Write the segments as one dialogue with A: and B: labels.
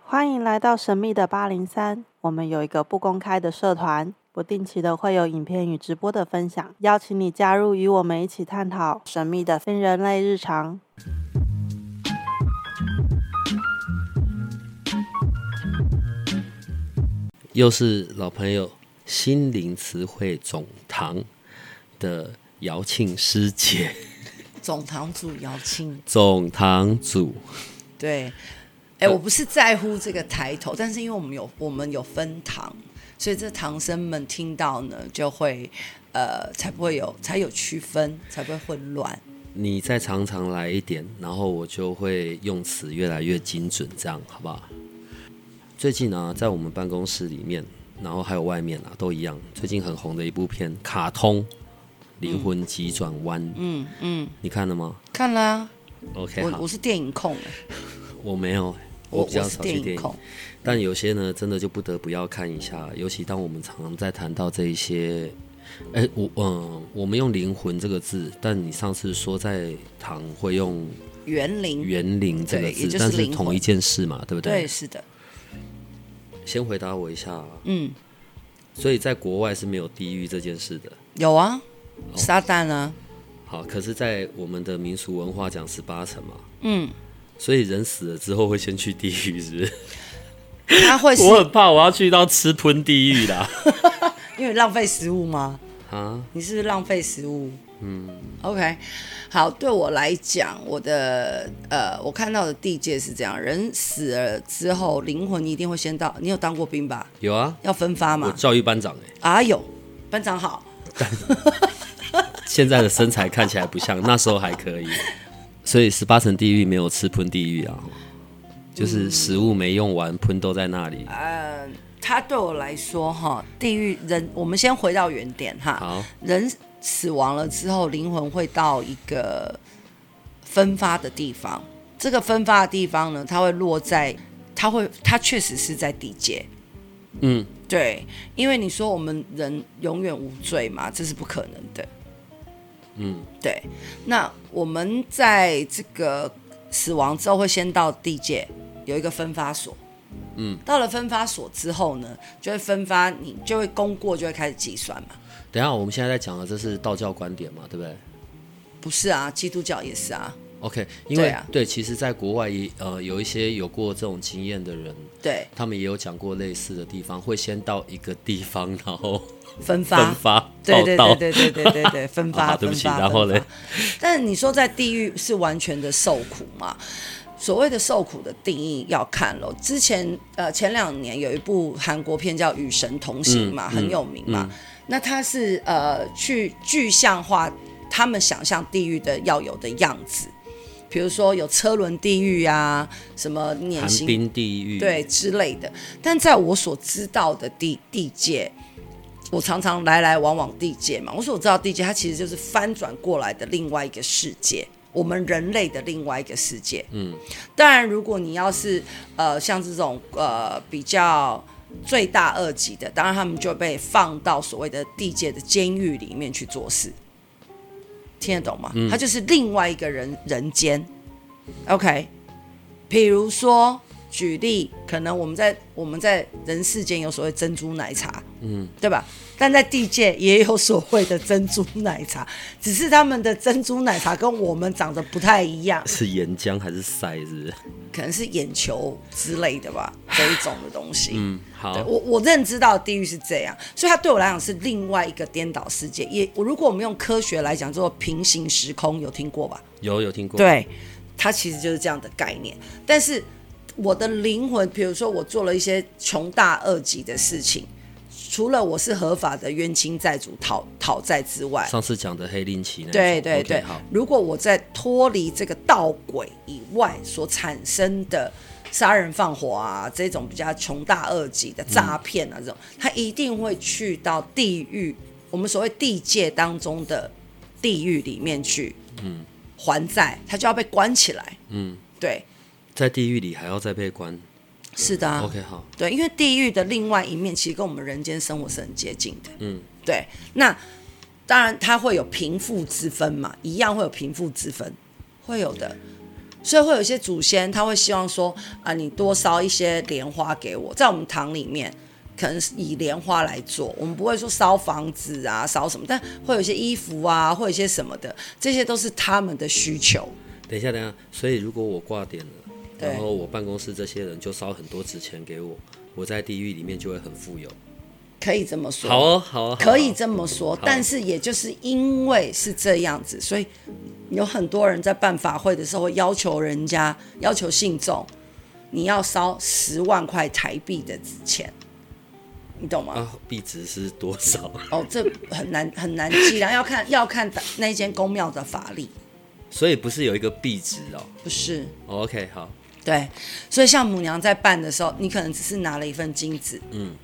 A: 欢迎来到神秘的八零三，我们有一个不公开的社团，不定期的会有影片与直播的分享，邀请你加入，与我们一起探讨神秘的非人类日常。
B: 又是老朋友心灵词汇总堂的姚庆师姐，
C: 总堂主姚庆，
B: 总堂主
C: 对，哎、我不是在乎这个抬头，但是因为我们有我们有分堂，所以这唐僧们听到呢，就会呃，才不会有才有区分，才不会混乱。
B: 你再常常来一点，然后我就会用词越来越精准，这样好不好？最近啊，在我们办公室里面，然后还有外面啊，都一样。最近很红的一部片，卡通《灵魂急转弯》，
C: 嗯嗯，
B: 你看了吗
C: 看啦、
B: ？OK，
C: 我
B: 好
C: 我，是电影控，哎
B: 我没有，
C: 我
B: 比较
C: 是
B: 少去
C: 电
B: 电
C: 影
B: 影
C: 控，
B: 但有些呢，真的就不得不要看一下，尤其当我们常常在谈到这一些，哎，我嗯，我们用灵魂这个字，但你上次说在堂会用
C: 园林，
B: 园灵这个
C: 对也
B: 字，
C: 就是
B: 但是
C: 灵魂
B: 同一件事嘛，对不
C: 对，是的，
B: 先回答我一下，
C: 嗯，
B: 所以在国外是没有地狱这件事的。
C: 有啊，
B: 哦
C: 撒旦啊，
B: 好，可是，在我们的民俗文化讲十八层嘛，
C: 嗯，
B: 所以人死了之后会先去地狱，是不是？
C: 他会是
B: 我很怕我要去到吃喷地狱啦。
C: 因为浪费食物吗？
B: 啊，
C: 你是不是浪费食物？嗯，OK，好，对我来讲，我的呃，我看到的地界是这样：人死了之后，灵魂一定会先到。你有当过兵吧？
B: 有啊，
C: 要分发
B: 我
C: 嘛？
B: 教育班长哎、
C: 啊，有，班长好，
B: 现在的身材看起来不像，那时候还可以。所以十八层地狱没有吃喷地狱啊，就是食物没用完，喷都在那里。
C: 嗯他对我来说哈，地狱人，我们先回到原点哈，
B: 好，
C: 人死亡了之后，灵魂会到一个分发的地方。这个分发的地方呢，它会落在，它会，它确实是在地界。
B: 嗯，
C: 对，因为你说我们人永远无罪嘛，这是不可能的。
B: 嗯，
C: 对。那我们在这个死亡之后，会先到地界有一个分发所。
B: 嗯，
C: 到了分发所之后呢，就会分发你就会功过就会开始计算嘛。
B: 等一下我们现在在讲的这是道教观点嘛，对不对
C: 不是啊，基督教也是啊。
B: ？OK，因为
C: 对啊
B: 其实，在国外也呃有一些有过这种经验的人，
C: 对，
B: 他们也有讲过类似的地方，会先到一个地方，然后
C: 分发。
B: 分发
C: 对
B: 报
C: 对
B: 道
C: 对。对对对对对，分
B: 好
C: 发，
B: 对不
C: 分
B: 起
C: 发
B: 然后
C: 分发
B: 嘞
C: 但你说在地狱是完全的受苦嘛？所谓的受苦的定义要看咯。之前呃前两年有一部韩国片叫《与神同行》嘛，
B: 嗯
C: 很有名嘛。那它是呃去具象化他们想象地狱的要有的样子，比如说有车轮地狱啊，什么
B: 寒
C: 碾刑
B: 冰地狱，
C: 对，之类的。但在我所知道的地地界，我常常来来往往地界嘛，我所知道地界，它其实就是翻转过来的另外一个世界。我们人类的另外一个世界，嗯，当然，如果你要是呃像这种呃比较罪大恶极的，当然他们就被放到所谓的地界的监狱里面去做事，听得懂吗？他就是另外一个人人间，OK，比如说，举例，可能我们在我们在人世间有所谓珍珠奶茶，嗯，对吧？但在地界也有所谓的珍珠奶茶， 只是他们的珍珠奶茶跟我们长得不太一样，
B: 是岩浆还是塞？是不是？
C: 可能是眼球之类的吧，这一种的东西。
B: 嗯，好
C: 对，我我认知到的地狱是这样，所以它对我来讲是另外一个颠倒世界。也我如果我们用科学来讲，叫做平行时空，有听过吧？
B: 有有听过，
C: 对，它其实就是这样的概念。但是我的灵魂，比如说我做了一些穷大恶极的事情，除了我是合法的冤亲债主讨讨债之外，
B: 上次讲的黑令旗那种
C: 对对
B: OK，
C: 对
B: 好，
C: 如果我在脱离这个道轨以外所产生的杀人放火啊，这种比较穷大恶极的诈骗啊，这种，他一定会去到地狱，我们所谓地界当中的地狱里面去，嗯，还债，他就要被关起来，
B: 嗯，
C: 对，
B: 在地狱里还要再被关。
C: 是的、啊
B: OK，好，
C: 对，因为地狱的另外一面其实跟我们人间生活是很接近的。
B: 嗯，
C: 对。那当然它会有贫富之分嘛，一样会有贫富之分，会有的。所以会有一些祖先他会希望说啊，你多烧一些莲花给我，在我们堂里面。可能是以莲花来做，我们不会说烧房子啊，烧什么，但会有一些衣服啊，或有一些什么的，这些都是他们的需求。
B: 等一下，等一下，所以如果我挂点了，
C: 对
B: 然后我办公室这些人就烧很多纸钱给我，我在地狱里面就会很富有。
C: 可以这么说，
B: 好哦，好哦，好哦
C: 可以这么说，但是也就是因为是这样子，所以有很多人在办法会的时候会要求人家要求信众，你要烧十万块台币的纸钱，你懂吗？
B: 啊，币值是多少？
C: 哦，这很难很难计量，要看要看那一间公庙的法力，
B: 所以不是有一个币值哦。
C: 不是。
B: 哦 OK，好，
C: 对，所以像母娘在办的时候，你可能只是拿了一份金子，
B: 嗯，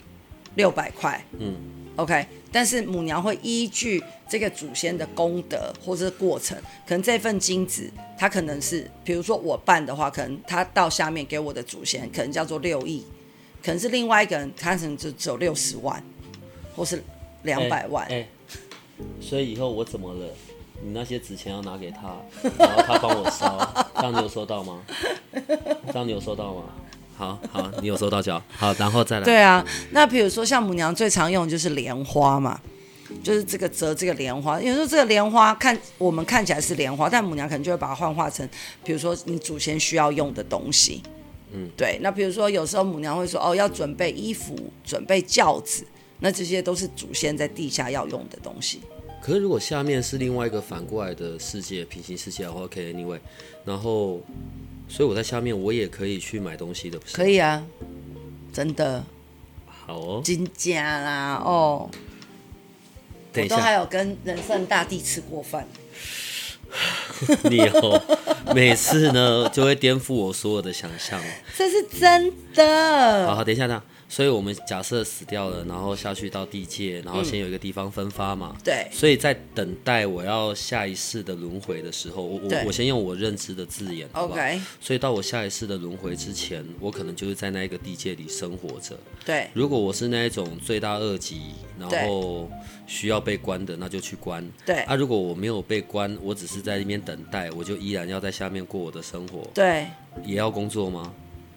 C: 六百块，
B: 嗯
C: ，OK，但是母娘会依据这个祖先的功德或者是过程，可能这份金子，它可能是，比如说我办的话，可能它到下面给我的祖先，可能叫做六亿，可能是另外一个人，他可能就只有六十万，或是两百万，
B: 哎、哎所以以后我怎么了？你那些纸钱要拿给他，然后他帮我烧， 这样你有收到吗？这样你有收到吗？好好，你有收到就好。好，然后再来。
C: 对啊，那比如说像母娘最常用的就是莲花嘛，就是这个折这个莲花。有时候这个莲花看我们看起来是莲花，但母娘可能就会把它幻化成，比如说你祖先需要用的东西。嗯，对。那比如说有时候母娘会说哦，要准备衣服，准备轿子，那这些都是祖先在地下要用的东西。
B: 可是如果下面是另外一个反过来的世界，平行世界的话，OK，Anyway，、然后，所以我在下面我也可以去买东西的，不是？
C: 可以啊，真的
B: 好哦，
C: 金家啦哦，
B: 等一
C: 我都还
B: 下，
C: 有 跟仁圣大帝吃过饭。
B: 你哦，每次呢就会颠覆我所有的想象。
C: 这是真的，
B: 好好，等一下，等一下。所以我们假设死掉了，然后下去到地界，然后先有一个地方分发嘛。
C: 对
B: 所以在等待我要下一世的轮回的时候，我我
C: 对
B: 我先用我认知的字眼好不好
C: OK
B: 所以到我下一世的轮回之前，我可能就是在那一个地界里生活着。
C: 对
B: 如果我是那一种罪大恶极，然
C: 对
B: 后需要被关的，那就去关。
C: 对
B: 啊，如果我没有被关，我只是在那边等待，我就依然要在下面过我的生活，
C: 对。
B: 也要工作吗？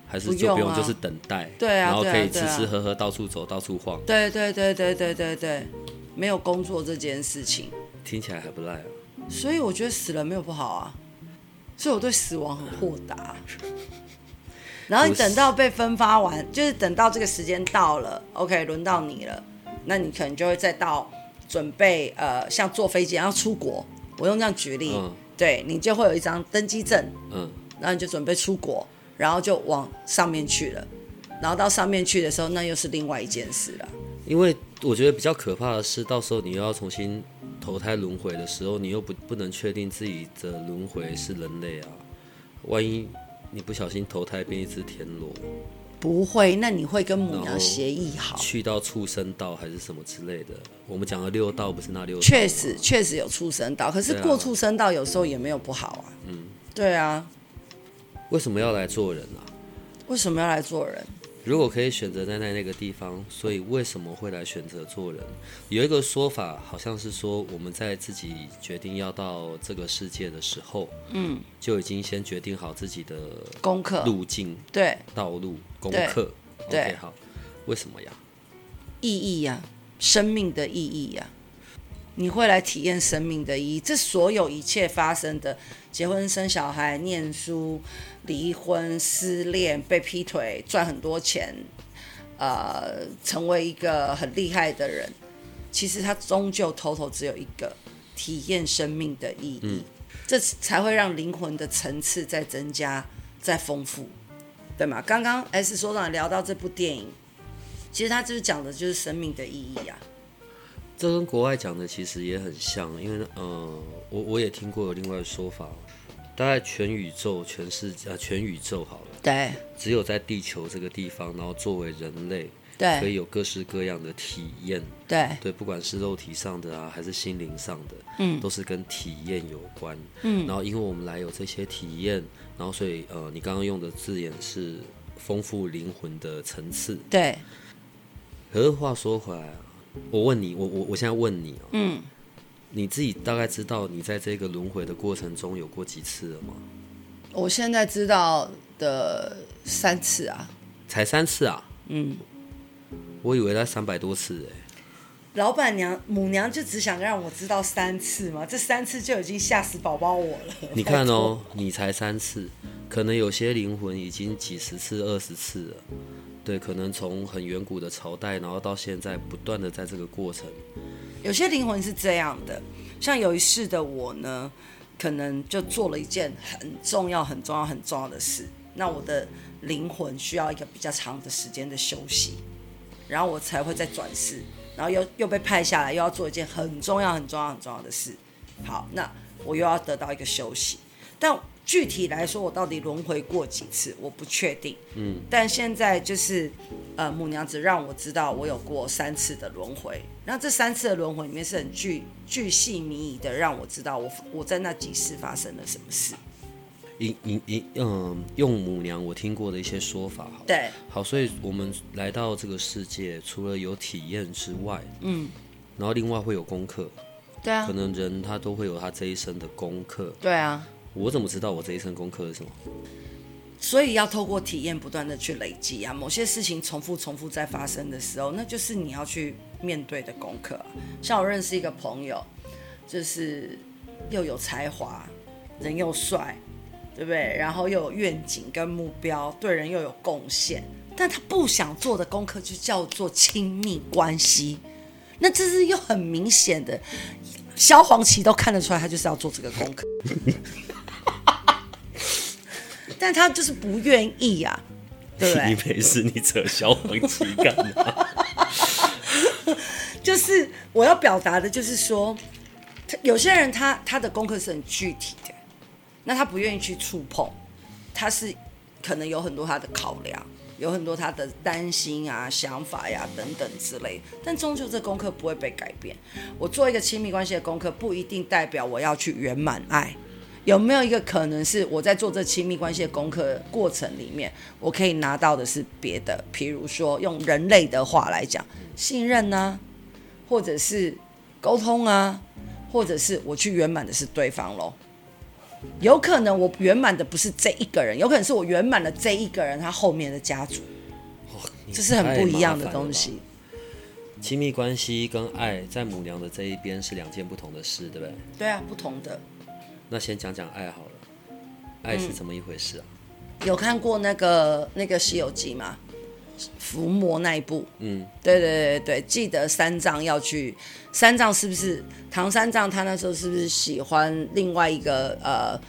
B: 还是
C: 不
B: 就
C: 用
B: 不用，
C: 啊
B: 就是等待，
C: 对啊
B: 然后
C: 对啊
B: 可以吃
C: 对啊
B: 吃喝喝，到处走，到处晃，
C: 对对对对对对对，没有工作这件事情，
B: 听起来还不赖、啊。
C: 所以我觉得死了没有不好啊，所以我对死亡很豁 达。然后你等到被分发完，就是等到这个时间到了，OK，轮到你了，那你可能就会再到准备呃，像坐飞机然后出国，我用这样举例，
B: 嗯
C: 对你就会有一张登机证，
B: 嗯，
C: 然后你就准备出国，然后就往上面去了，然后到上面去的时候，那又是另外一件事了。
B: 因为我觉得比较可怕的是，到时候你又要重新投胎轮回的时候，你又不不能确定自己的轮回是人类啊，万一你不小心投胎变一只田螺。
C: 不会，那你会跟母
B: 然
C: 娘
B: 后
C: 协议好？
B: 去到畜生道还是什么之类的。我们讲的六道不是那六道，
C: 确实，确实有畜生道，可是
B: 对啊
C: 过畜生道有时候也没有不好啊。嗯，对啊，
B: 为什么要来做人啊？
C: 为什么要来做人？
B: 如果可以选择待在那个地方，所以为什么会来选择做人？有一个说法，好像是说我们在自己决定要到这个世界的时候，嗯，就已经先决定好自己的
C: 功课
B: 路径、
C: 对
B: 道路、功
C: 对
B: 课。
C: 对
B: OK，好，为什么呀？
C: 意义呀、生命的意义呀、你会来体验生命的意义。这所有一切发生的，结婚、生小孩、念书、离婚、失恋、被劈腿、赚很多钱，呃，成为一个很厉害的人，其实它终究头头只有一个，体验生命的意义。这才会让灵魂的层次再增加、再丰富，对吗？刚刚 S 所长聊到这部电影，其实他就是讲的就是生命的意义啊。
B: 这跟国外讲的其实也很像，因为呃，我我也听过有另外的说法，大概全宇宙、全世界、啊、全宇宙好了，
C: 对
B: 只有在地球这个地方，然后作为人类可以
C: 对
B: 有各式各样的体验，
C: 对
B: 对，不管是肉体上的啊，还是心灵上的，嗯，都是跟体验有关，嗯，然后因为我们来有这些体验，然后所以呃，你刚刚用的字眼是丰富灵魂的层次，
C: 对，
B: 可是话说回来啊，我问你，我我我现在问你、哦，嗯，你自己大概知道你在这个轮回的过程中有过几次了吗？
C: 我现在知道的三次啊，
B: 才三次啊？嗯，我以为他三百多次哎、
C: 老板娘母娘就只想让我知道三次嘛，这三次就已经吓死宝宝我了。
B: 你看哦，你才三次，可能有些灵魂已经几十次、二十次了。对，可能从很远古的朝代，然后到现在，不断的在这个过程。
C: 有些灵魂是这样的，像有一世的我呢，可能就做了一件很重要、很重要、很重要的事，那我的灵魂需要一个比较长的时间的休息，然后我才会再转世，然后又又被派下来，又要做一件很重要、很重要、很重要的事。好，那我又要得到一个休息，但具体来说，我到底轮回过几次，我不确定。嗯，但现在就是呃，母娘子让我知道我有过三次的轮回，那这三次的轮回里面是很巨巨细靡遗的，让我知道我我在那几世发生了什么事。
B: 引引引，嗯，用母娘我听过的一些说法好了，
C: 对，
B: 好，所以我们来到这个世界，除了有体验之外，嗯，然后另外会有功课，
C: 对啊
B: 可，能人他都会有他这一生的功课。
C: 对啊，
B: 我怎么知道我这一生功课是什么？
C: 所以要透过体验不断的去累积啊，某些事情重复重复在发生的时候，那就是你要去面对的功课啊、像我认识一个朋友，就是又有才华，人又帅，对不对？然后又有愿景跟目标，对人又有贡献，但他不想做的功课就叫做亲密关系。那这是又很明显的，萧煌奇都看得出来，他就是要做这个功课。 但他就是不愿意啊，对不对
B: 你？没事，你扯小黄旗干啊嘛？
C: 就是我要表达的，就是说，他有些人他他的功课是很具体的，那他不愿意去触碰，他是可能有很多他的考量，有很多他的担心啊、想法呀、等等之类的，但终究这功课不会被改变。我做一个亲密关系的功课，不一定代表我要去圆满爱。有没有一个可能是我在做这亲密关系的功课的过程里面，我可以拿到的是别的？比如说用人类的话来讲，信任啊呢、或者是沟通啊，或者是我去圆满的是对方喽。有可能我圆满的不是这一个人，有可能是我圆满了这一个人他后面的家族，
B: 你
C: 这是很不一样
B: 太麻烦了
C: 的
B: 吧
C: 东西。。
B: 亲密关系跟爱在母娘的这一边是两件不同的事，对不对？
C: 对啊，不同的。
B: 那先讲讲爱好了，爱
C: 嗯
B: 是怎么一回事啊？
C: 有看过那个那个《西游记》吗？伏魔那一部，嗯，对对对对，记得三藏要去，三藏是不是唐三藏？他那时候是不是喜欢另外一个呃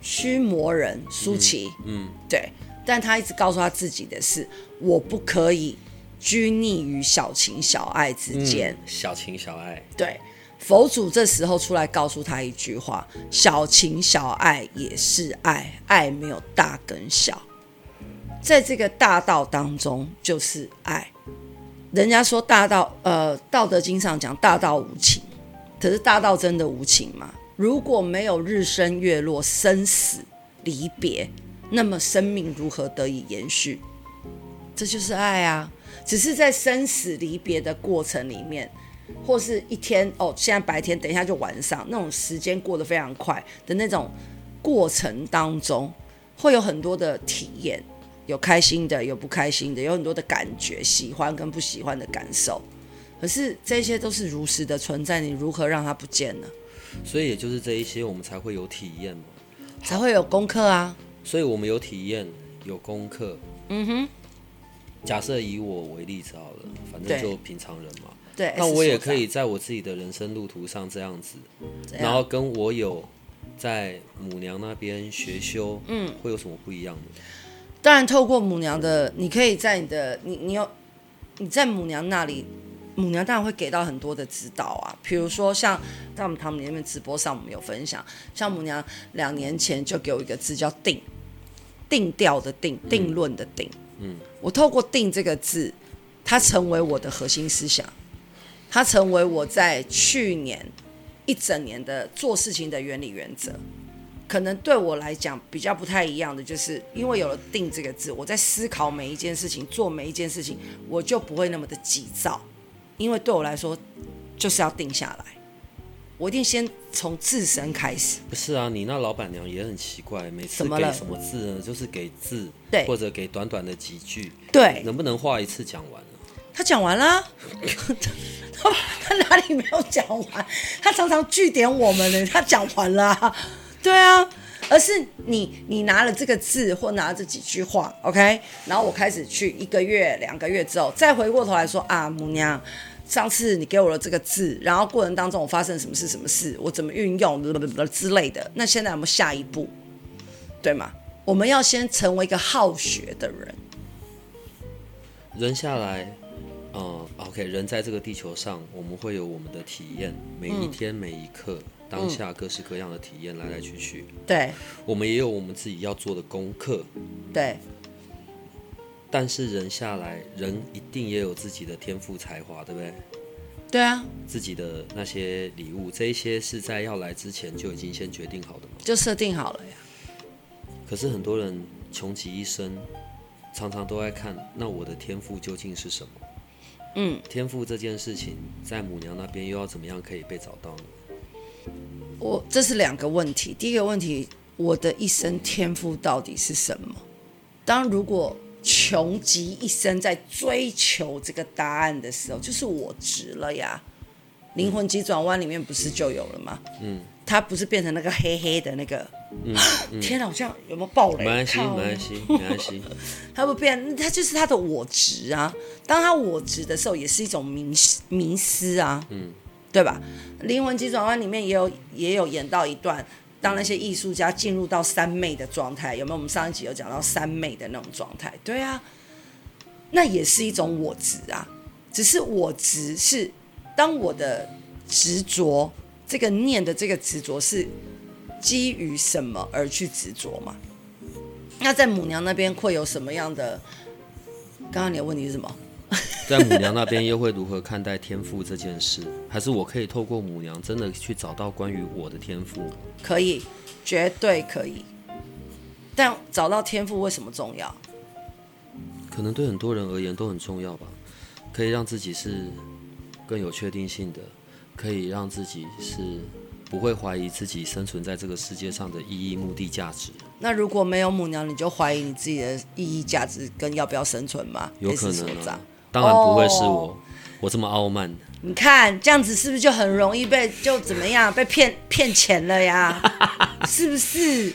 C: 驱魔人舒淇？嗯，对，但他一直告诉他自己的是，我不可以拘泥于小情小爱之间，
B: 嗯小情小爱，
C: 对，佛祖这时候出来告诉他一句话：小情小爱也是爱，爱没有大跟小。在这个大道当中，就是爱。人家说大道，呃，《道德经》上讲大道无情，可是大道真的无情吗？如果没有日升月落、生死离别，那么生命如何得以延续？这就是爱啊！只是在生死离别的过程里面，或是一天哦，现在白天，等一下就晚上，那种时间过得非常快的那种过程当中，会有很多的体验，有开心的，有不开心的，有很多的感觉，喜欢跟不喜欢的感受。可是这些都是如实的存在，你如何让它不见呢？
B: 所以也就是这一些，我们才会有体验嘛。
C: 才会有功课啊！
B: 所以我们有体验，有功课。嗯哼。假设以我为例子好了，反正
C: 对哎
B: 就平常人嘛。
C: 对，
B: 那
C: S
B: 我也
C: 所长
B: 可以在我自己的人生路途上这样子，
C: 怎
B: 然
C: 样
B: 后跟我有在母娘那边学修，嗯，会有什么不一样的？
C: 当然，透过母娘的，你可以在你的你你有你在母娘那里，母娘当然会给到很多的指导啊。比如说像在我们堂里面直播上，我们有分享，像母娘两年前就给我一个字叫“定”，定调的定，定论的定。嗯，我透过“定”这个字，它成为我的核心思想，它成为我在去年一整年的做事情的原理原则。可能对我来讲比较不太一样的，就是因为有了“定”这个字，我在思考每一件事情，做每一件事情，我就不会那么的急躁，因为对我来说就是要定下来。我一定先从自身开始。
B: 不是啊，你那老板娘也很奇怪，每次
C: 怎么
B: 给
C: 了
B: 什么字呢？就是给字，
C: 对
B: 或者给短短的几句，
C: 对
B: 能不能话一次讲完啊？
C: 他讲完啦、 他他哪里没有讲完？他常常据点我们呢，他讲完啦、对啊，而是你你拿了这个字或拿了这几句话，OK，然后我开始去一个月、两个月之后，再回过头来说啊，母娘。上次你给我了这个字，然后过程当中我发生什么事、什么事，我怎么运用之类的，那现在我们下一步，对吗？我们要先成为一个好学的人，
B: 人下来，嗯，OK，人在这个地球上，我们会有我们的体验，每一天、每一刻，当下各式各样的体验来来去去，
C: 对
B: 我们也有我们自己要做的功课，
C: 对，
B: 但是人下来，人一定也有自己的天赋才华，对不对？
C: 对啊，
B: 自己的那些礼物，这一些是在要来之前就已经先决定好的嘛。
C: 就设定好了呀。
B: 可是很多人穷其一生，常常都在看，那我的天赋究竟是什么？
C: 嗯，
B: 天赋这件事情，在母娘那边又要怎么样可以被找到呢？
C: 我这是两个问题。第一个问题，我的一生天赋到底是什么？当如果穷极一生在追求这个答案的时候，就是我值了呀。灵魂急转弯里面不是就有了吗？嗯，他不是变成那个黑黑的那个？ 天哪，我这样有没有暴
B: 嗯没
C: 雷？啊
B: 关系，
C: 靠
B: 没关系，没关 系。
C: 他不变，他就是他的我执啊。当他我执的时候，也是一种迷失迷失啊，嗯，对吧？《灵魂急转弯》里面也有也有演到一段，当那些艺术家进入到三昧的状态，有没有？我们上一集有讲到三昧的那种状态，对啊，那也是一种我执啊。只是我执是当我的执着，这个念的这个执着是基于什么而去执着嘛？那在母娘那边会有什么样的？刚刚你的问题是什么？
B: 在母娘那边又会如何看待天赋这件事？还是我可以透过母娘真的去找到关于我的天赋？
C: 可以，绝对可以。但找到天赋为什么重要？
B: 可能对很多人而言都很重要吧，可以让自己是更有确定性的，可以让自己是不会怀疑自己生存在这个世界上的意义、目的、价值。
C: 那如果没有母娘，你就怀疑你自己的意义、价值跟要不要生存吗？
B: 有
C: 类似
B: 可
C: 所
B: 能
C: 哎长
B: 啊，当然不会是
C: 哦
B: 我，我这么傲慢。
C: 你看这样子是不是就很容易被就怎么样被骗骗钱了呀？是不是？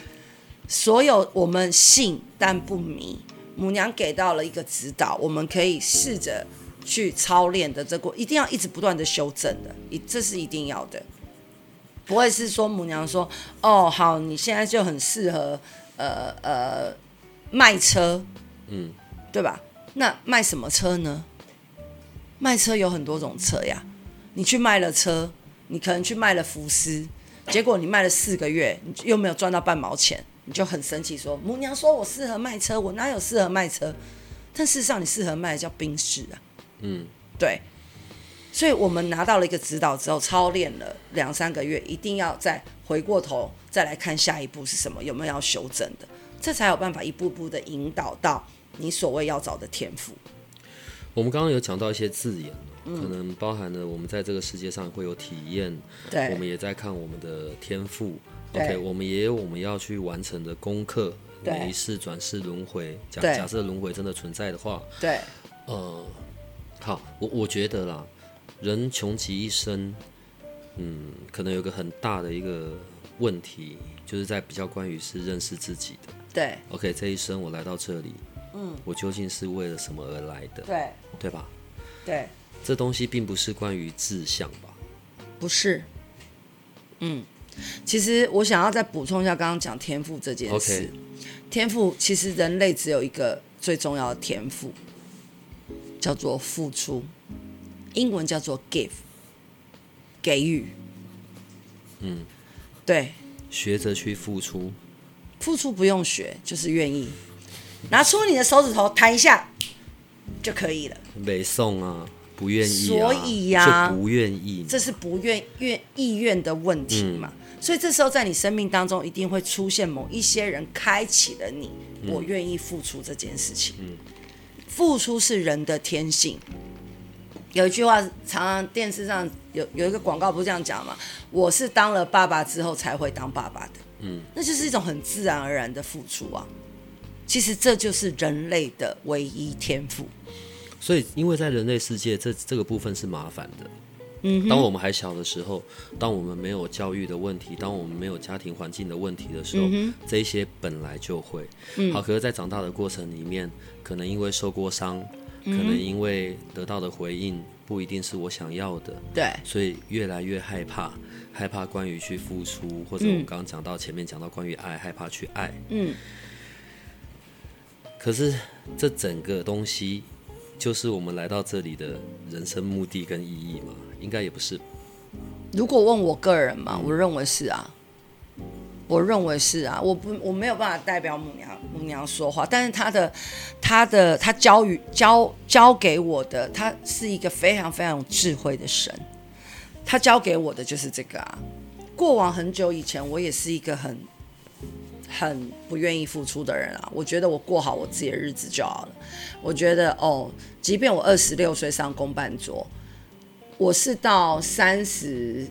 C: 所有我们信但不迷，母娘给到了一个指导，我们可以试着去操练的这过，一定要一直不断的修正的，一这是一定要的，不会是说母娘说哦好，你现在就很适合呃呃卖车，
B: 嗯，
C: 对吧？那卖什么车呢？卖车有很多种车呀，你去卖了车，你可能去卖了福斯，结果你卖了四个月，你又没有赚到半毛钱，你就很生气说，母娘说我适合卖车，我哪有适合卖车？但事实上，你适合卖的叫宾士啊。
B: 嗯，
C: 对。所以我们拿到了一个指导之后，操练了两三个月，一定要再回过头再来看下一步是什么，有没有要修正的，这才有办法一步步的引导到你所谓要找的天赋。
B: 我们刚刚有讲到一些字眼，
C: 嗯
B: 可能包含了我们在这个世界上会有体验，我们
C: 对
B: 也在看我们的天赋。
C: 对
B: OK，我们也有我们要去完成的功课。
C: 对
B: 每一世转世轮回，假
C: 对
B: 假设轮回真的存在的话，
C: 对
B: 呃，好，我我觉得啦，人穷其一生，嗯，可能有个很大的一个问题，就是在比较关于是认识自己的。
C: 对
B: OK，这一生我来到这里，嗯，我究竟是为了什么而来的，
C: 对
B: 对吧？
C: 对，
B: 这东西并不是关于志向吧？
C: 不是。嗯，其实我想要再补充一下刚刚讲天赋这件事。
B: OK，
C: 天赋其实人类只有一个最重要的天赋，叫做付出，英文叫做 give，给予。嗯，对，
B: 学着去付出，
C: 付出不用学，就是愿意，拿出你的手指头弹一下就可以了。
B: 北宋啊，不愿意、啊，
C: 所以呀
B: 就不愿意，
C: 这是不愿愿意愿的问题嘛。所以这时候在你生命当中一定会出现某一些人，开启了你、我嗯愿意付出这件事情。付出是人的天性，有一句话，常常电视上有有一个广告不是这样讲嘛？我是当了爸爸之后才会当爸爸的，嗯，那就是一种很自然而然的付出啊。其实这就是人类的唯一天赋。
B: 所以，因为在人类世界，这这个部分是麻烦的。
C: 嗯
B: 当我们还小的时候，当我们没有教育的问题，当我们没有家庭环境的问题的时候，这一些本来就会。好，可是，在长大的过程里面，可能因为受过伤，可能因为得到的回应不一定是我想要的，
C: 对，
B: 所以越来越害怕，害怕关于去付出，或者我们刚刚讲到前面讲到关于爱，害怕去爱。
C: 嗯，
B: 可是这整个东西，就是我们来到这里的人生目的跟意义嘛？应该也不是。
C: 如果问我个人嘛，我认为是啊，我认为是啊，我不我没有办法代表母娘母娘说话，但是她的她的她教育教教给我的，她是一个非常非常有智慧的神，她教给我的就是这个啊。过往很久以前，我也是一个很很不愿意付出的人啊，我觉得我过好我自己的日子就好了。我觉得哦，即便我二十六岁上公办桌，我是到三十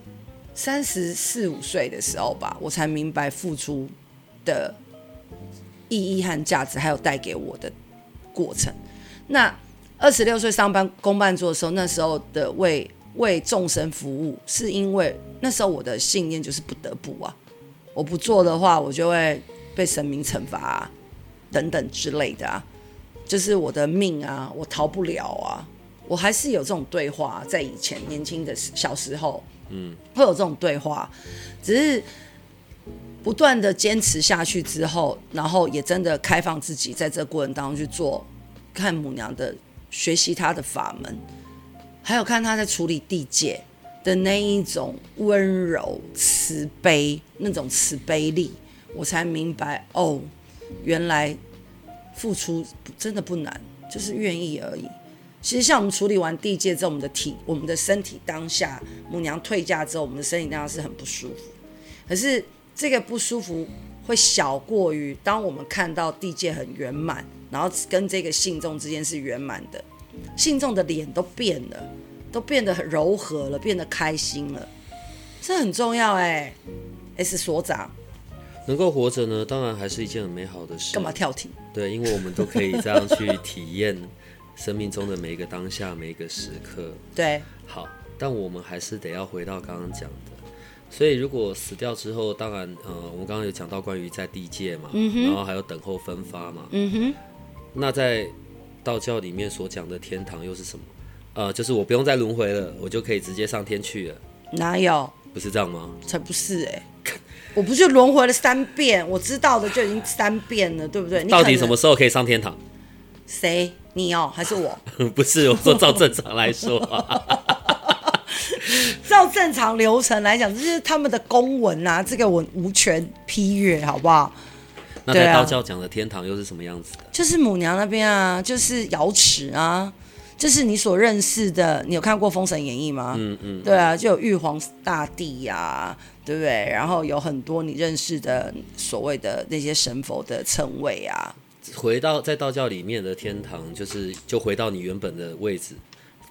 C: 三十四五岁的时候吧，我才明白付出的意义和价值，还有带给我的过程。那二十六岁上班公办做的时候，那时候的为为众生服务，是因为那时候我的信念就是不得不啊，我不做的话，我就会被神明惩罚、啊、等等之类的啊，就是我的命啊，我逃不了啊。我还是有这种对话，在以前年轻的时小时候，嗯，会有这种对话，只是不断的坚持下去之后，然后也真的开放自己，在这过程当中去做，看母娘的学习她的法门，还有看她在处理地界的那一种温柔、慈悲那种慈悲力，我才明白哦，原来付出真的不难，就是愿意而已。其实像我们处理完地界之后，我们的体、我们的身体当下，母娘退驾之后，我们的身体当下是很不舒服。可是这个不舒服会小过于当我们看到地界很圆满，然后跟这个信众之间是圆满的，信众的脸都变了，都变得很柔和了，变得开心了，这很重要哎、S 所长，
B: 能够活着呢，当然还是一件很美好的事。
C: 干嘛跳题？
B: 对，因为我们都可以这样去体验生命中的每一个当下、每一个时刻。
C: 对，
B: 好，但我们还是得要回到刚刚讲的。所以，如果死掉之后，当然，呃，我们刚刚有讲到关于在地界嘛，然后还有等候分发嘛。
C: 嗯哼，
B: 那在道教里面所讲的天堂又是什么？呃，就是我不用再轮回了，我就可以直接上天去了，
C: 哪有？
B: 不是这样吗？
C: 才不是哎、我不就轮回了三遍，我知道的就已经三遍了，对不对？你
B: 到
C: 可
B: 底
C: 能
B: 什么时候可以上天堂？
C: 谁？你哦，还是我？
B: 不是，我说照正常来说啊，
C: 照正常流程来讲，这是他们的公文啊，这个我无权批阅，好不好？
B: 那
C: 对
B: 在
C: 啊
B: 道教讲的天堂又是什么样子的？
C: 就是母娘那边啊，就是瑶池啊，就是你所认识的，你有看过《封神演义》吗？
B: 嗯嗯，
C: 对啊，就有玉皇大帝呀、对不对？然后有很多你认识的所谓的那些神佛的称谓啊，
B: 回到在道教里面的天堂，就是就回到你原本的位置。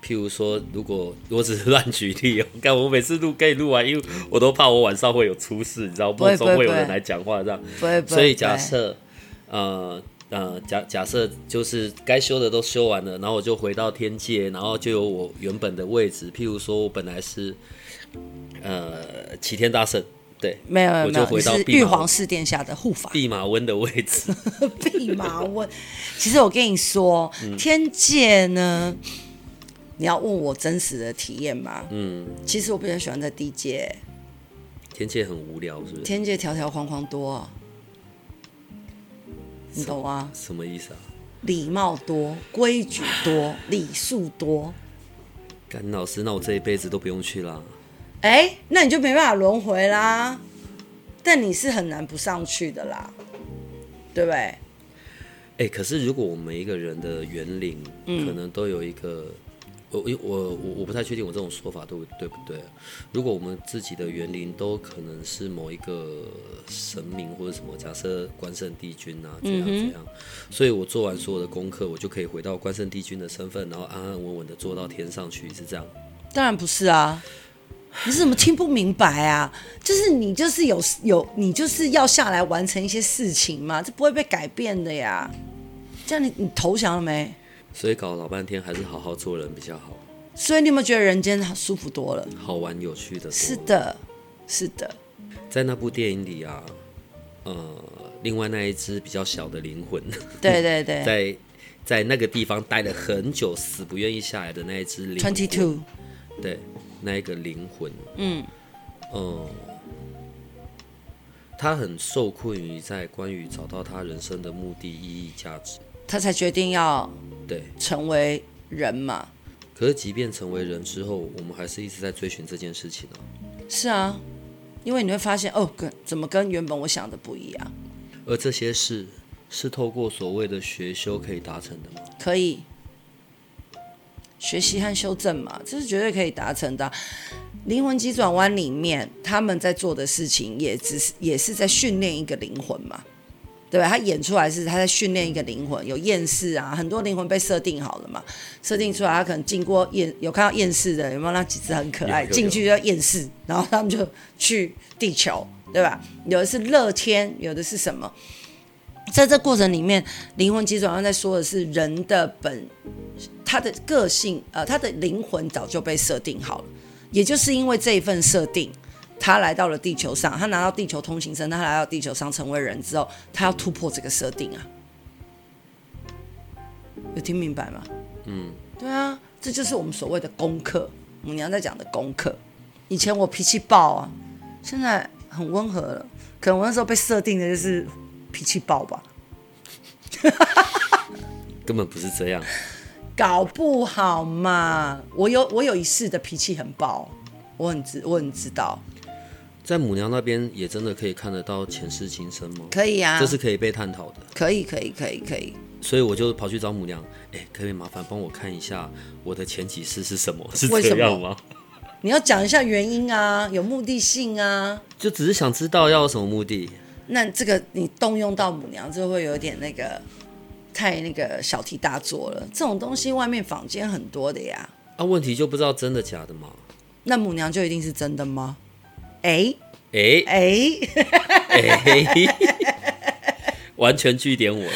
B: 譬如说，如果我只是乱举例哦，看我每次录可以录完，因为我都怕我晚上会有出事，你知道，
C: 不会
B: 梦中会有
C: 不会
B: 人来讲话这样。
C: 不会不会
B: 所以假
C: 不会
B: 设，呃呃，假假设就是该修的都修完了，然后我就回到天界，然后就有我原本的位置。譬如说我本来是呃齐天大圣，对，
C: 没有没有
B: 我
C: 没
B: 就
C: 有，
B: 回
C: 你
B: 到
C: 是
B: 弼
C: 玉
B: 马
C: 皇四殿下的护 法。
B: 弼马温的位置。
C: 弼马温。 其实我跟你说，
B: 嗯
C: 天界呢，你要问我真实的体验吗？
B: 嗯，
C: 其实我比较喜欢在地界，
B: 天界很无聊，是不是？
C: 天界条条框框多、啊，你懂吗？
B: 什么意思啊？
C: 礼貌多，规矩多，礼数多。
B: 干老师，那我这一辈子都不用去啦。
C: 哎，那你就没办法轮回啦。但你是很难不上去的啦，对不对？
B: 哎、可是如果我们每一个人的园林，可能都有一个我因为我我我不太确定我这种说法对不对不对。啊如果我们自己的园林都可能是某一个神明或者什么，假设关圣帝君啊这样这样，所以我做完所有的功课，我就可以回到关圣帝君的身份，然后安安稳稳的坐到天上去，是这样。
C: 当然不是啊，你是怎么听不明白啊？就是你就是有有你就是要下来完成一些事情嘛，这不会被改变的呀。这样你你投降了没？
B: 所以搞了老半天，还是好好做人比较好，
C: 所以你有没有觉得人间舒服多了？
B: 好玩有趣的多。
C: 是的，是的，
B: 在那部电影里啊，呃，另外那一只比较小的灵魂，
C: 对对对
B: 在在那个地方待了很久，死不愿意下来的那一只灵魂
C: ，twenty two，
B: 对，那一个灵魂，嗯，哦、他很受困于在关于找到他人生的目的、意义、价值，
C: 他才决定要
B: 对。
C: 成为人嘛。
B: 可是，即便成为人之后，我们还是一直在追寻这件事情啊。
C: 是啊，因为你会发现哦，跟怎么跟原本我想的不一样，
B: 而这些事是透过所谓的学修可以达成的吗？
C: 可以学习和修正嘛，这是绝对可以达成的啊。灵魂急转弯里面，他们在做的事情也只是也是在训练一个灵魂嘛，对吧？他演出来是他在训练一个灵魂，有厌世啊，很多灵魂被设定好了嘛，设定出来他可能经过厌有看到厌世的，有没有那几只很可爱，
B: 有有有
C: 进去就厌世，然后他们就去地球，对吧？有的是乐天，有的是什么？在这过程里面，灵魂急转弯在说的是人的本，他的个性，呃，他的灵魂早就被设定好了。也就是因为这一份设定，他来到了地球上，他拿到地球通行证，他来到地球上成为人之后，他要突破这个设定啊。有听明白吗？嗯，对啊，这就是我们所谓的功课，我们娘在讲的功课。以前我脾气暴啊，现在很温和了。可能我那时候被设定的就是脾气暴吧，
B: 根本不是这样。
C: 搞不好嘛。我有我有一世的脾气很暴，我很知我很知道，
B: 在母娘那边也真的可以看得到前世今生吗？
C: 可以啊，
B: 这是可以被探讨的。
C: 可以可以可以可以，
B: 所以我就跑去找母娘，哎、可不可以麻烦帮我看一下我的前几世是什么？是
C: 为什
B: 这
C: 么
B: 样吗？
C: 你要讲一下原因啊，有目的性啊。
B: 就只是想知道要有什么目的。
C: 那这个你动用到母娘，就会有点那个太那个小题大做了。这种东西外面坊间很多的呀。
B: 啊，问题就不知道真的假的嘛？
C: 那母娘就一定是真的吗？哎
B: 哎
C: 哎，
B: 哎， 完全据点 我了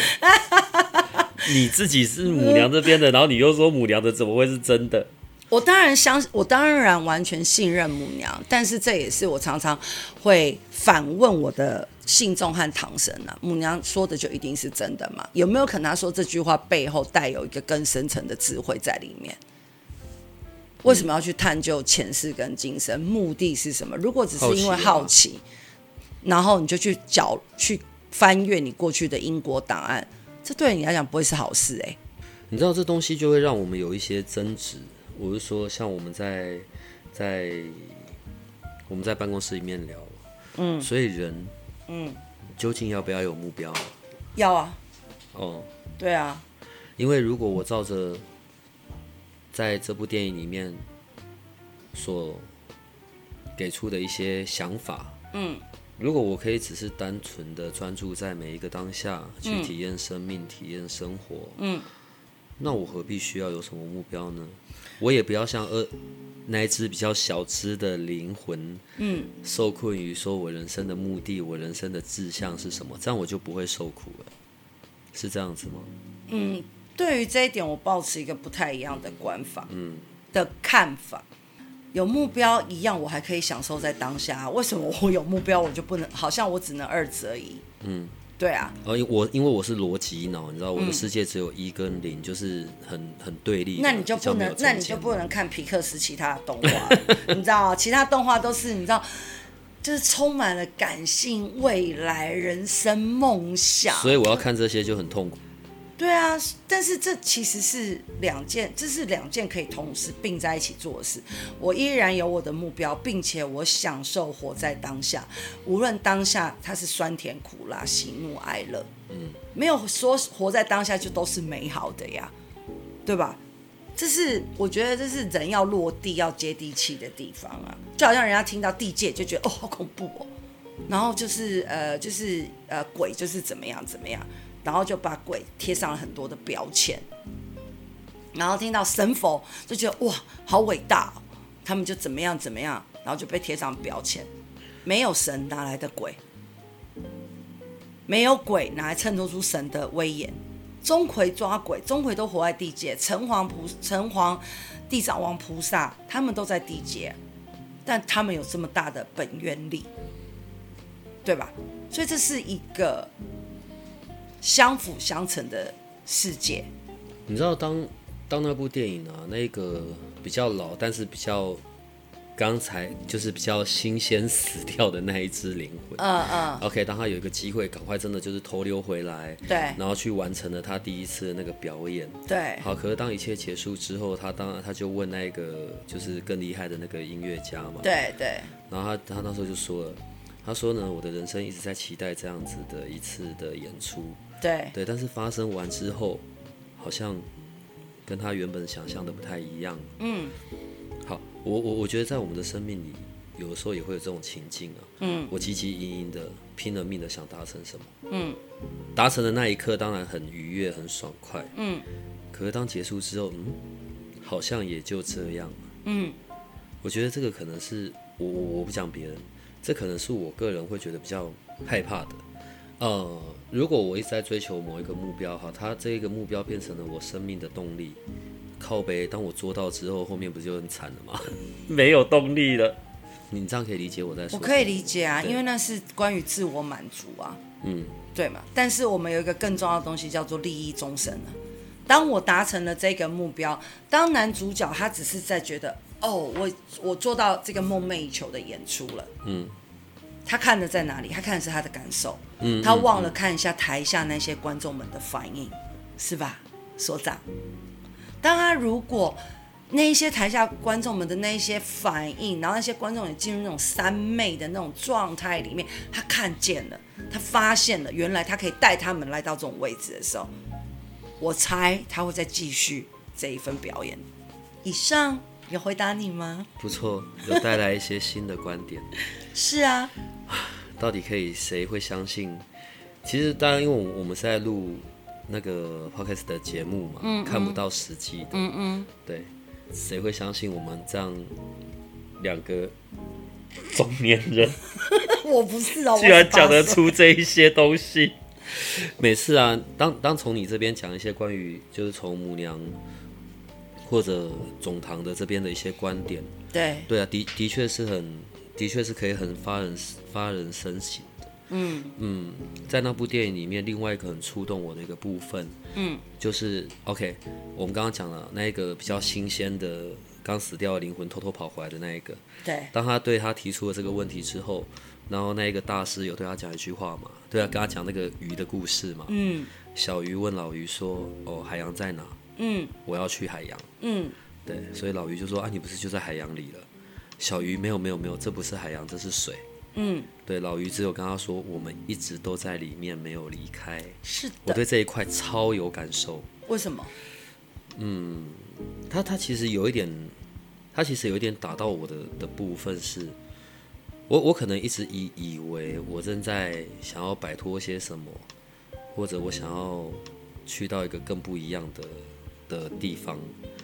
B: 你自己是母娘这边的，然后你又说母娘的怎么会是真的？
C: 我当然相，我当然完全信任母娘，但是这也是我常常会反问我的信众和唐僧啊，母娘说的就一定是真的吗？有没有可能她说这句话背后带有一个更深层的智慧在里面？为什么要去探究前世跟今生？目的是什么？如果只是因为好
B: 好
C: 奇，啊然后你就去找去翻阅你过去的因果档案，这对你来讲不会是好事哎、
B: 你知道这东西就会让我们有一些争执。我是说，像我们在在我们在办公室里面聊，嗯，所以人，嗯，究竟要不要有目标？
C: 要啊，
B: 哦，
C: 对啊，
B: 因为如果我照着在这部电影里面所给出的一些想法，嗯，如果我可以只是单纯的专注在每一个当下，去体验生命、体验生活，嗯，那我何必需要有什么目标呢？我也不要像二那一只比较小只的灵魂，嗯，受困于说我人生的目的、我人生的志向是什么，这样我就不会受苦了，是这样子吗？
C: 对于这一点，我保持一个不太一样的观法，嗯，的看法。有目标一样，我还可以享受在当下啊。为什么我有目标，我就不能？好像我只能二择一。嗯，对啊，
B: 哦，因为我因为我是逻辑脑，你知道我的世界只有一跟零，就是很很对立的。
C: 嗯那你就
B: 比较
C: 不
B: 没有
C: 能，
B: 中
C: 那你就
B: 间
C: 不能看皮克斯其他的动 画，你知道吗？其他动画都是你知道，就是充满了感性、未来、人生、梦想。
B: 所以我要看这些就很痛苦。
C: 对啊，但是这其实是两件，这是两件可以同时并在一起做的事。我依然有我的目标，并且我享受活在当下，无论当下它是酸甜苦辣、喜怒哀乐，嗯，没有说活在当下就都是美好的呀，对吧？这是我觉得这是人要落地、要接地气的地方啊，就好像人家听到地界就觉得哦好恐怖哦，然后就是呃就是呃鬼就是怎么样怎么样，然后就把鬼贴上了很多的标签，然后听到神佛就觉得哇好伟大、哦，他们就怎么样怎么样，然后就被贴上标签，没有神哪来的鬼？没有鬼哪来衬托出神的威严？钟馗抓鬼，钟馗都活在地界，城隍菩城隍、地藏王菩萨他们都在地界，但他们有这么大的本愿力，对吧？所以这是一个相辅相成的世界。
B: 你知道当当那部电影啊，那个比较老，但是比较刚才就是比较新鲜死掉的那一只灵魂，
C: 嗯嗯，
B: OK，当他有一个机会，赶快真的就是偷溜回来，
C: 对
B: 然后去完成了他第一次的那个表演。
C: 对
B: 好，可是当一切结束之后，他当然他就问那个就是更厉害的那个音乐家嘛，
C: 对对，
B: 然后他他那时候就说了，他说呢，我的人生一直在期待这样子的一次的演出，
C: 对
B: 对，但是发生完之后，好像跟他原本想象的不太一样。嗯，好，我我我觉得在我们的生命里，有的时候也会有这种情境啊。嗯，我汲汲营营的，拼了命的想达成什么。嗯，达成的那一刻当然很愉悦，很爽快。嗯，可是当结束之后，嗯，好像也就这样。嗯，我觉得这个可能是我我我不讲别人，这可能是我个人会觉得比较害怕的。呃，如果我一直在追求某一个目标哈，它这个目标变成了我生命的动力。靠背，当我做到之后，后面不就很惨了吗？ 没有动力了。你这样可以理解我在说？
C: 我可以。理解啊，
B: 对
C: 因为那是关于自我满足啊，
B: 嗯，
C: 对嘛？但是我们有一个更重要的东西叫做利益终身啊。当我达成了这个目标，当男主角他只是在觉得，哦，我我做到这个梦寐以求的演出了，
B: 嗯，
C: 他看的在哪里？他看的是他的感受，
B: 嗯
C: 他忘了看一下台下那些观众们的反应，是吧，所长？当他如果那一些台下观众们的那一些反应，然后那些观众也进入那种三昧的那种状态里面，他看见了，他发现了，原来他可以带他们来到这种位置的时候，我猜他会再继续这一份表演。以上有回答你吗？
B: 不错，有带来一些新的观点。
C: 是啊，
B: 到底可以谁会相信？其实当然，因为我我们是在录那个 podcast 的节目嘛，看不到实际的，嗯嗯，对，谁会相信我们这样两个中年人？
C: 我不是哦，
B: 居然讲得
C: 的。
B: 出这一些东西。 每次啊，当当从你这边讲一些关于就是从母娘或者总堂的这边的一些观点，
C: 对
B: 对啊，的的确是很，的确是可以很发人发人深省的。嗯嗯，在那部电影里面，另外一个很触动我的一个部分，嗯，就是 OK，我们刚刚讲了那一个比较新鲜的刚死掉的灵魂偷偷跑回来的那一个，
C: 对
B: 当他对他提出了这个问题之后，然后那一个大师有对他讲一句话嘛，对啊，跟他讲那个鱼的故事嘛。
C: 嗯
B: 小鱼问老鱼说：“哦，海洋在哪？
C: 嗯
B: 我要去海洋。
C: 嗯，”
B: 对，所以老鱼就说：“啊，你不是就在海洋里了？”小鱼没有没有没有，这不是海洋，这是水。
C: 嗯，
B: 对，老鱼只有跟他说：“我们一直都在里面，没有离开。
C: 是”
B: 我
C: 的。
B: 对这一块超有感受。
C: 为什么？
B: 他他其实有一点，他其实有一点打到我的的部分是，我我可能一直以以为我正在想要摆脱些什么，或者我想要去到一个更不一样的的地方，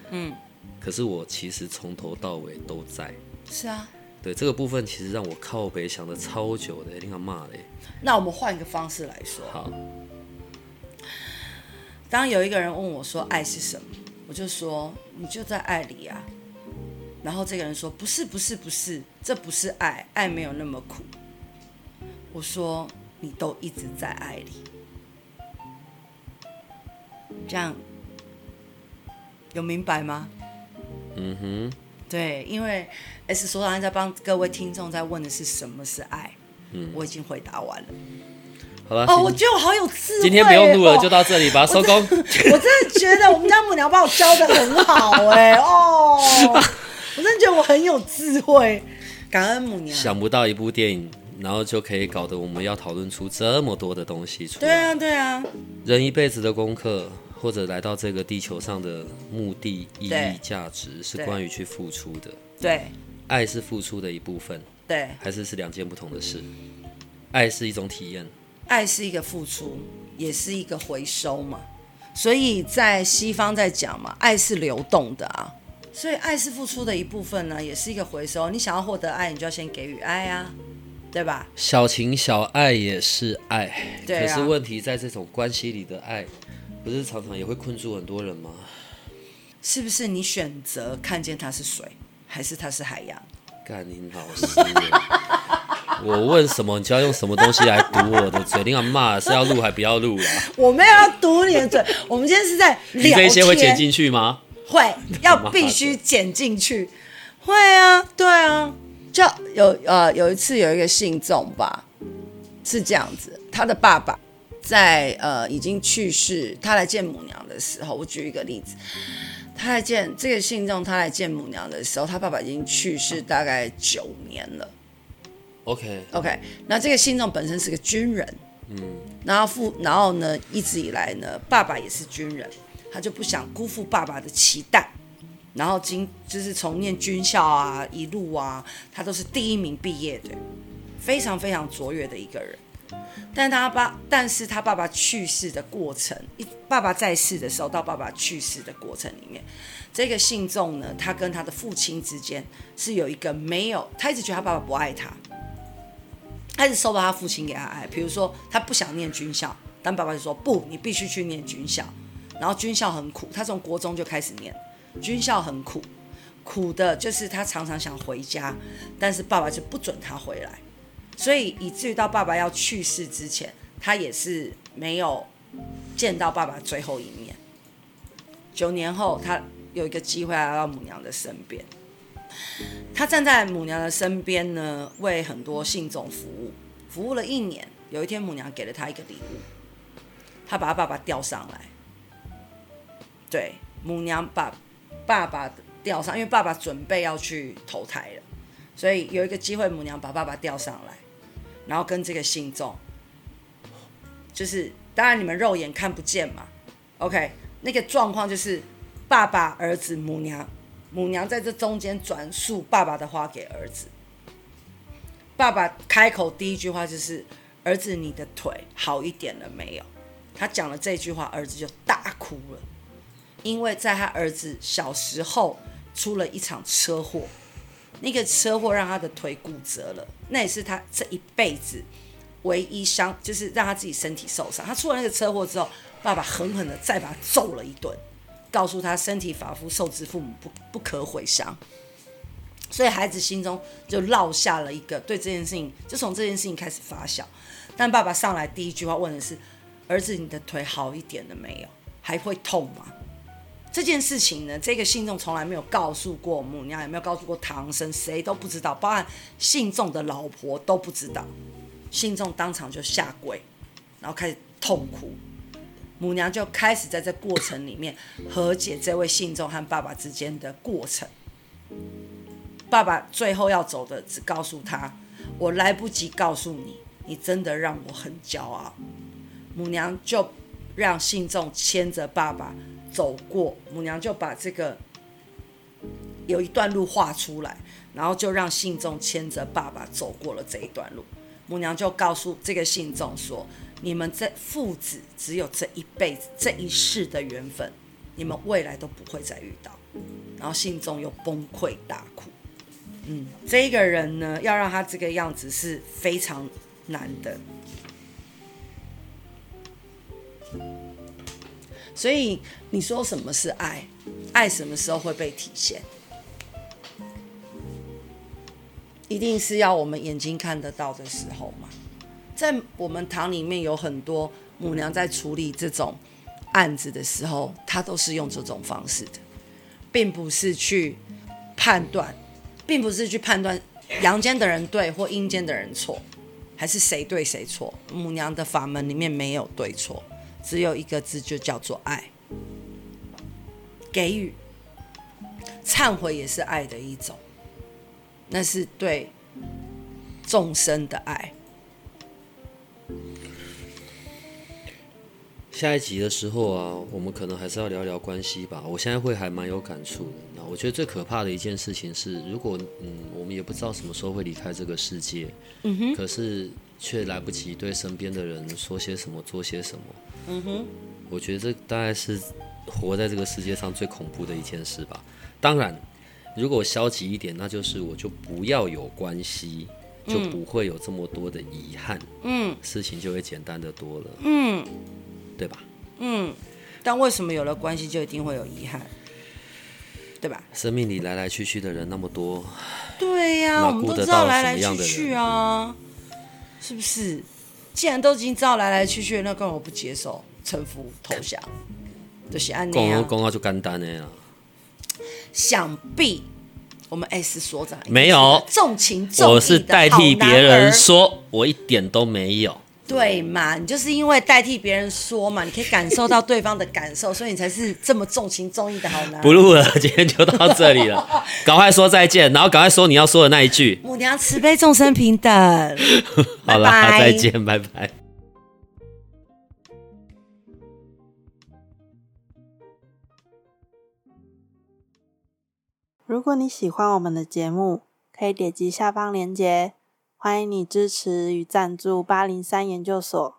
C: 嗯，
B: 可是我其实从头到尾都在。
C: 是啊。
B: 对这个部分，其实让我靠北想的超久的，你看骂嘞。
C: 那我们换一个方式来说，
B: 好，
C: 当有一个人问我说爱是什么，我就说你就在爱里啊。然后这个人说不是不是不是，这不是爱，爱没有那么苦。我说你都一直在爱里，这样有明白吗？
B: 嗯哼，
C: 对，因为 S 所长在帮各位听众在问的是什么是爱，嗯，我已经回答完了。
B: 好了，
C: 哦，我
B: 今
C: 觉得我好有智慧、哦。
B: 今天不用录了，就到这里吧，收工。
C: 我真的觉得我们家母娘把我教的很好哎、哦，我真的觉得我很有智慧，感恩母娘。
B: 想不到一部电影，然后就可以搞得我们要讨论出这么多的东西出
C: 对
B: 来。
C: 啊，对啊，
B: 人一辈子的功课，或者来到这个地球上的目的、意
C: 对
B: 义、价值，是
C: 对
B: 关于去付出的。
C: 对
B: 爱是付出的一部分，
C: 对，
B: 还是是两件不同的事？爱是一种体验，
C: 爱是一个付出，也是一个回收嘛。所以在西方在讲嘛，爱是流动的啊，所以爱是付出的一部分呢，也是一个回收。你想要获得爱，你就要先给予爱啊，对吧？
B: 小情小爱也是爱。
C: 对啊
B: 可是问题在这种关系里的爱，不是常常也会困住很多人吗？
C: 是不是你选择看见它是水，还是它是海洋？
B: 干你老师 耶！我问什么，你就要用什么东西来堵我的嘴？你敢骂是要录还不要录啦？
C: 我没有要堵你 的嘴，我们今天是在聊
B: 你
C: 天，
B: 这一些会剪进去吗？
C: 会要必须剪进去，会啊，对啊，就有呃有一次有一个信众吧，是这样子，他的爸爸在呃已经去世，他来见母娘的时候，我举一个例子，他来见这个信众，他来见母娘的时候，他爸爸已经去世大概九年了。
B: OK，
C: OK，那这个信众本身是个军人，嗯，然后父，然后呢，一直以来呢，爸爸也是军人，他就不想辜负爸爸的期待，然后经就是从念军校啊，一路啊，他都是第一名毕业的，非常非常卓越的一个人。但他爸，但是他爸爸去世的过程，一爸爸在世的时候到爸爸去世的过程里面，这个信众呢，他跟他的父亲之间是有一个没有，他一直觉得他爸爸不爱他，他一直受到他父亲给他爱。比如说，他不想念军校，但爸爸就说不，你必须去念军校。然后军校很苦，他从国中就开始念，军校很苦，苦的就是他常常想回家，但是爸爸就不准他回来，所以以至于到爸爸要去世之前，他也是没有见到爸爸最后一面。九年后，他有一个机会来到母娘的身边，他站在母娘的身边呢，为很多信众服务，服务了一年。有一天，母娘给了他一个礼物，他把他爸爸吊上来。对，母娘把爸爸吊上，因为爸爸准备要去投胎了，所以有一个机会，母娘把爸爸吊上来，然后跟这个信众，就是当然你们肉眼看不见嘛，OK，那个状况就是爸爸、儿子、母娘母娘在这中间转述爸爸的话给儿子。爸爸开口第一句话就是：“儿子，你的腿好一点了没有？”他讲了这句话，儿子就大哭了，因为在他儿子小时候出了一场车祸，那个车祸让他的腿骨折了，那也是他这一辈子唯一伤，就是让他自己身体受伤。他出了那个车祸之后，爸爸狠狠的再把他揍了一顿。告诉他身体发肤受之父母不不可毁伤，所以孩子心中就落下了一个对这件事情，就从这件事情开始发酵。但爸爸上来第一句话问的是：“儿子，你的腿好一点了没有？还会痛吗？”这件事情呢，这个信众从来没有告诉过母娘，也没有告诉过唐僧，谁都不知道，包含信众的老婆都不知道。信众当场就下跪，然后开始痛哭。母娘就开始在这过程里面和解这位信众和爸爸之间的过程。爸爸最后要走的，只告诉他：“我来不及告诉你，你真的让我很骄傲。”呃母娘就让信众牵着爸爸走过，母娘就把这个有一段路画出来，然后就让信众牵着爸爸走过了这一段路。母娘就告诉这个信众说：“你们这父子只有这一辈子、这一世的缘分，你们未来都不会再遇到。”然后信众又崩溃大哭。嗯，这一个人呢，要让他这个样子是非常难的。所以你说什么是爱？爱什么时候会被体现？一定是要我们眼睛看得到的时候嘛。在我们堂里面有很多母娘在处理这种案子的时候，她都是用这种方式的，并不是去判断，并不是去判断阳间的人对或阴间的人错，还是谁对谁错。母娘的法门里面没有对错，只有一个字，就叫做爱，给予。忏悔也是爱的一种，那是对众生的爱。
B: 下一集的时候啊，我们可能还是要聊聊关系吧。我现在会还蛮有感触的。那我觉得最可怕的一件事情是，如果嗯，我们也不知道什么时候会离开这个世界，嗯哼，可是却来不及对身边的人说些什么，做些什么，嗯哼，我觉得这大概是活在这个世界上最恐怖的一件事吧。当然，如果消极一点，那就是我就不要有关系，就不会有这么多的遗憾，嗯，事情就会简单的多了，嗯，对吧？
C: 但为什么有了关系就一定会有遗憾？对吧？
B: 生命里来来去去的人那么多，
C: 对呀、
B: 哪
C: 我们
B: 顾
C: 都
B: 得
C: 知道
B: 到
C: 来
B: 什
C: 来
B: 么样
C: 去
B: 的
C: 去
B: 人
C: 啊，是不是？既然都已经知道来来去去，那干嘛不接受、臣服、投降？就是按那
B: 讲
C: 样
B: 都。讲到啊就简单的啦。
C: 想必我们 S 所长
B: 没有
C: 重情重义的好
B: 我是代替别人
C: 男儿
B: 说，我一点都没有。
C: 对嘛？你就是因为代替别人说嘛，你可以感受到对方的感受， 所以你才是这么重情重义的好男
B: 不
C: 儿。
B: 录了，今天就到这里 了，赶快说再见，然后赶快说你要说的那一句。
C: 母娘慈悲，众生平等。
B: 好了，
C: 拜拜
B: 再见，拜拜。
A: 如果你喜欢我们的节目，可以点击下方链接，欢迎你支持与赞助八零三研究所。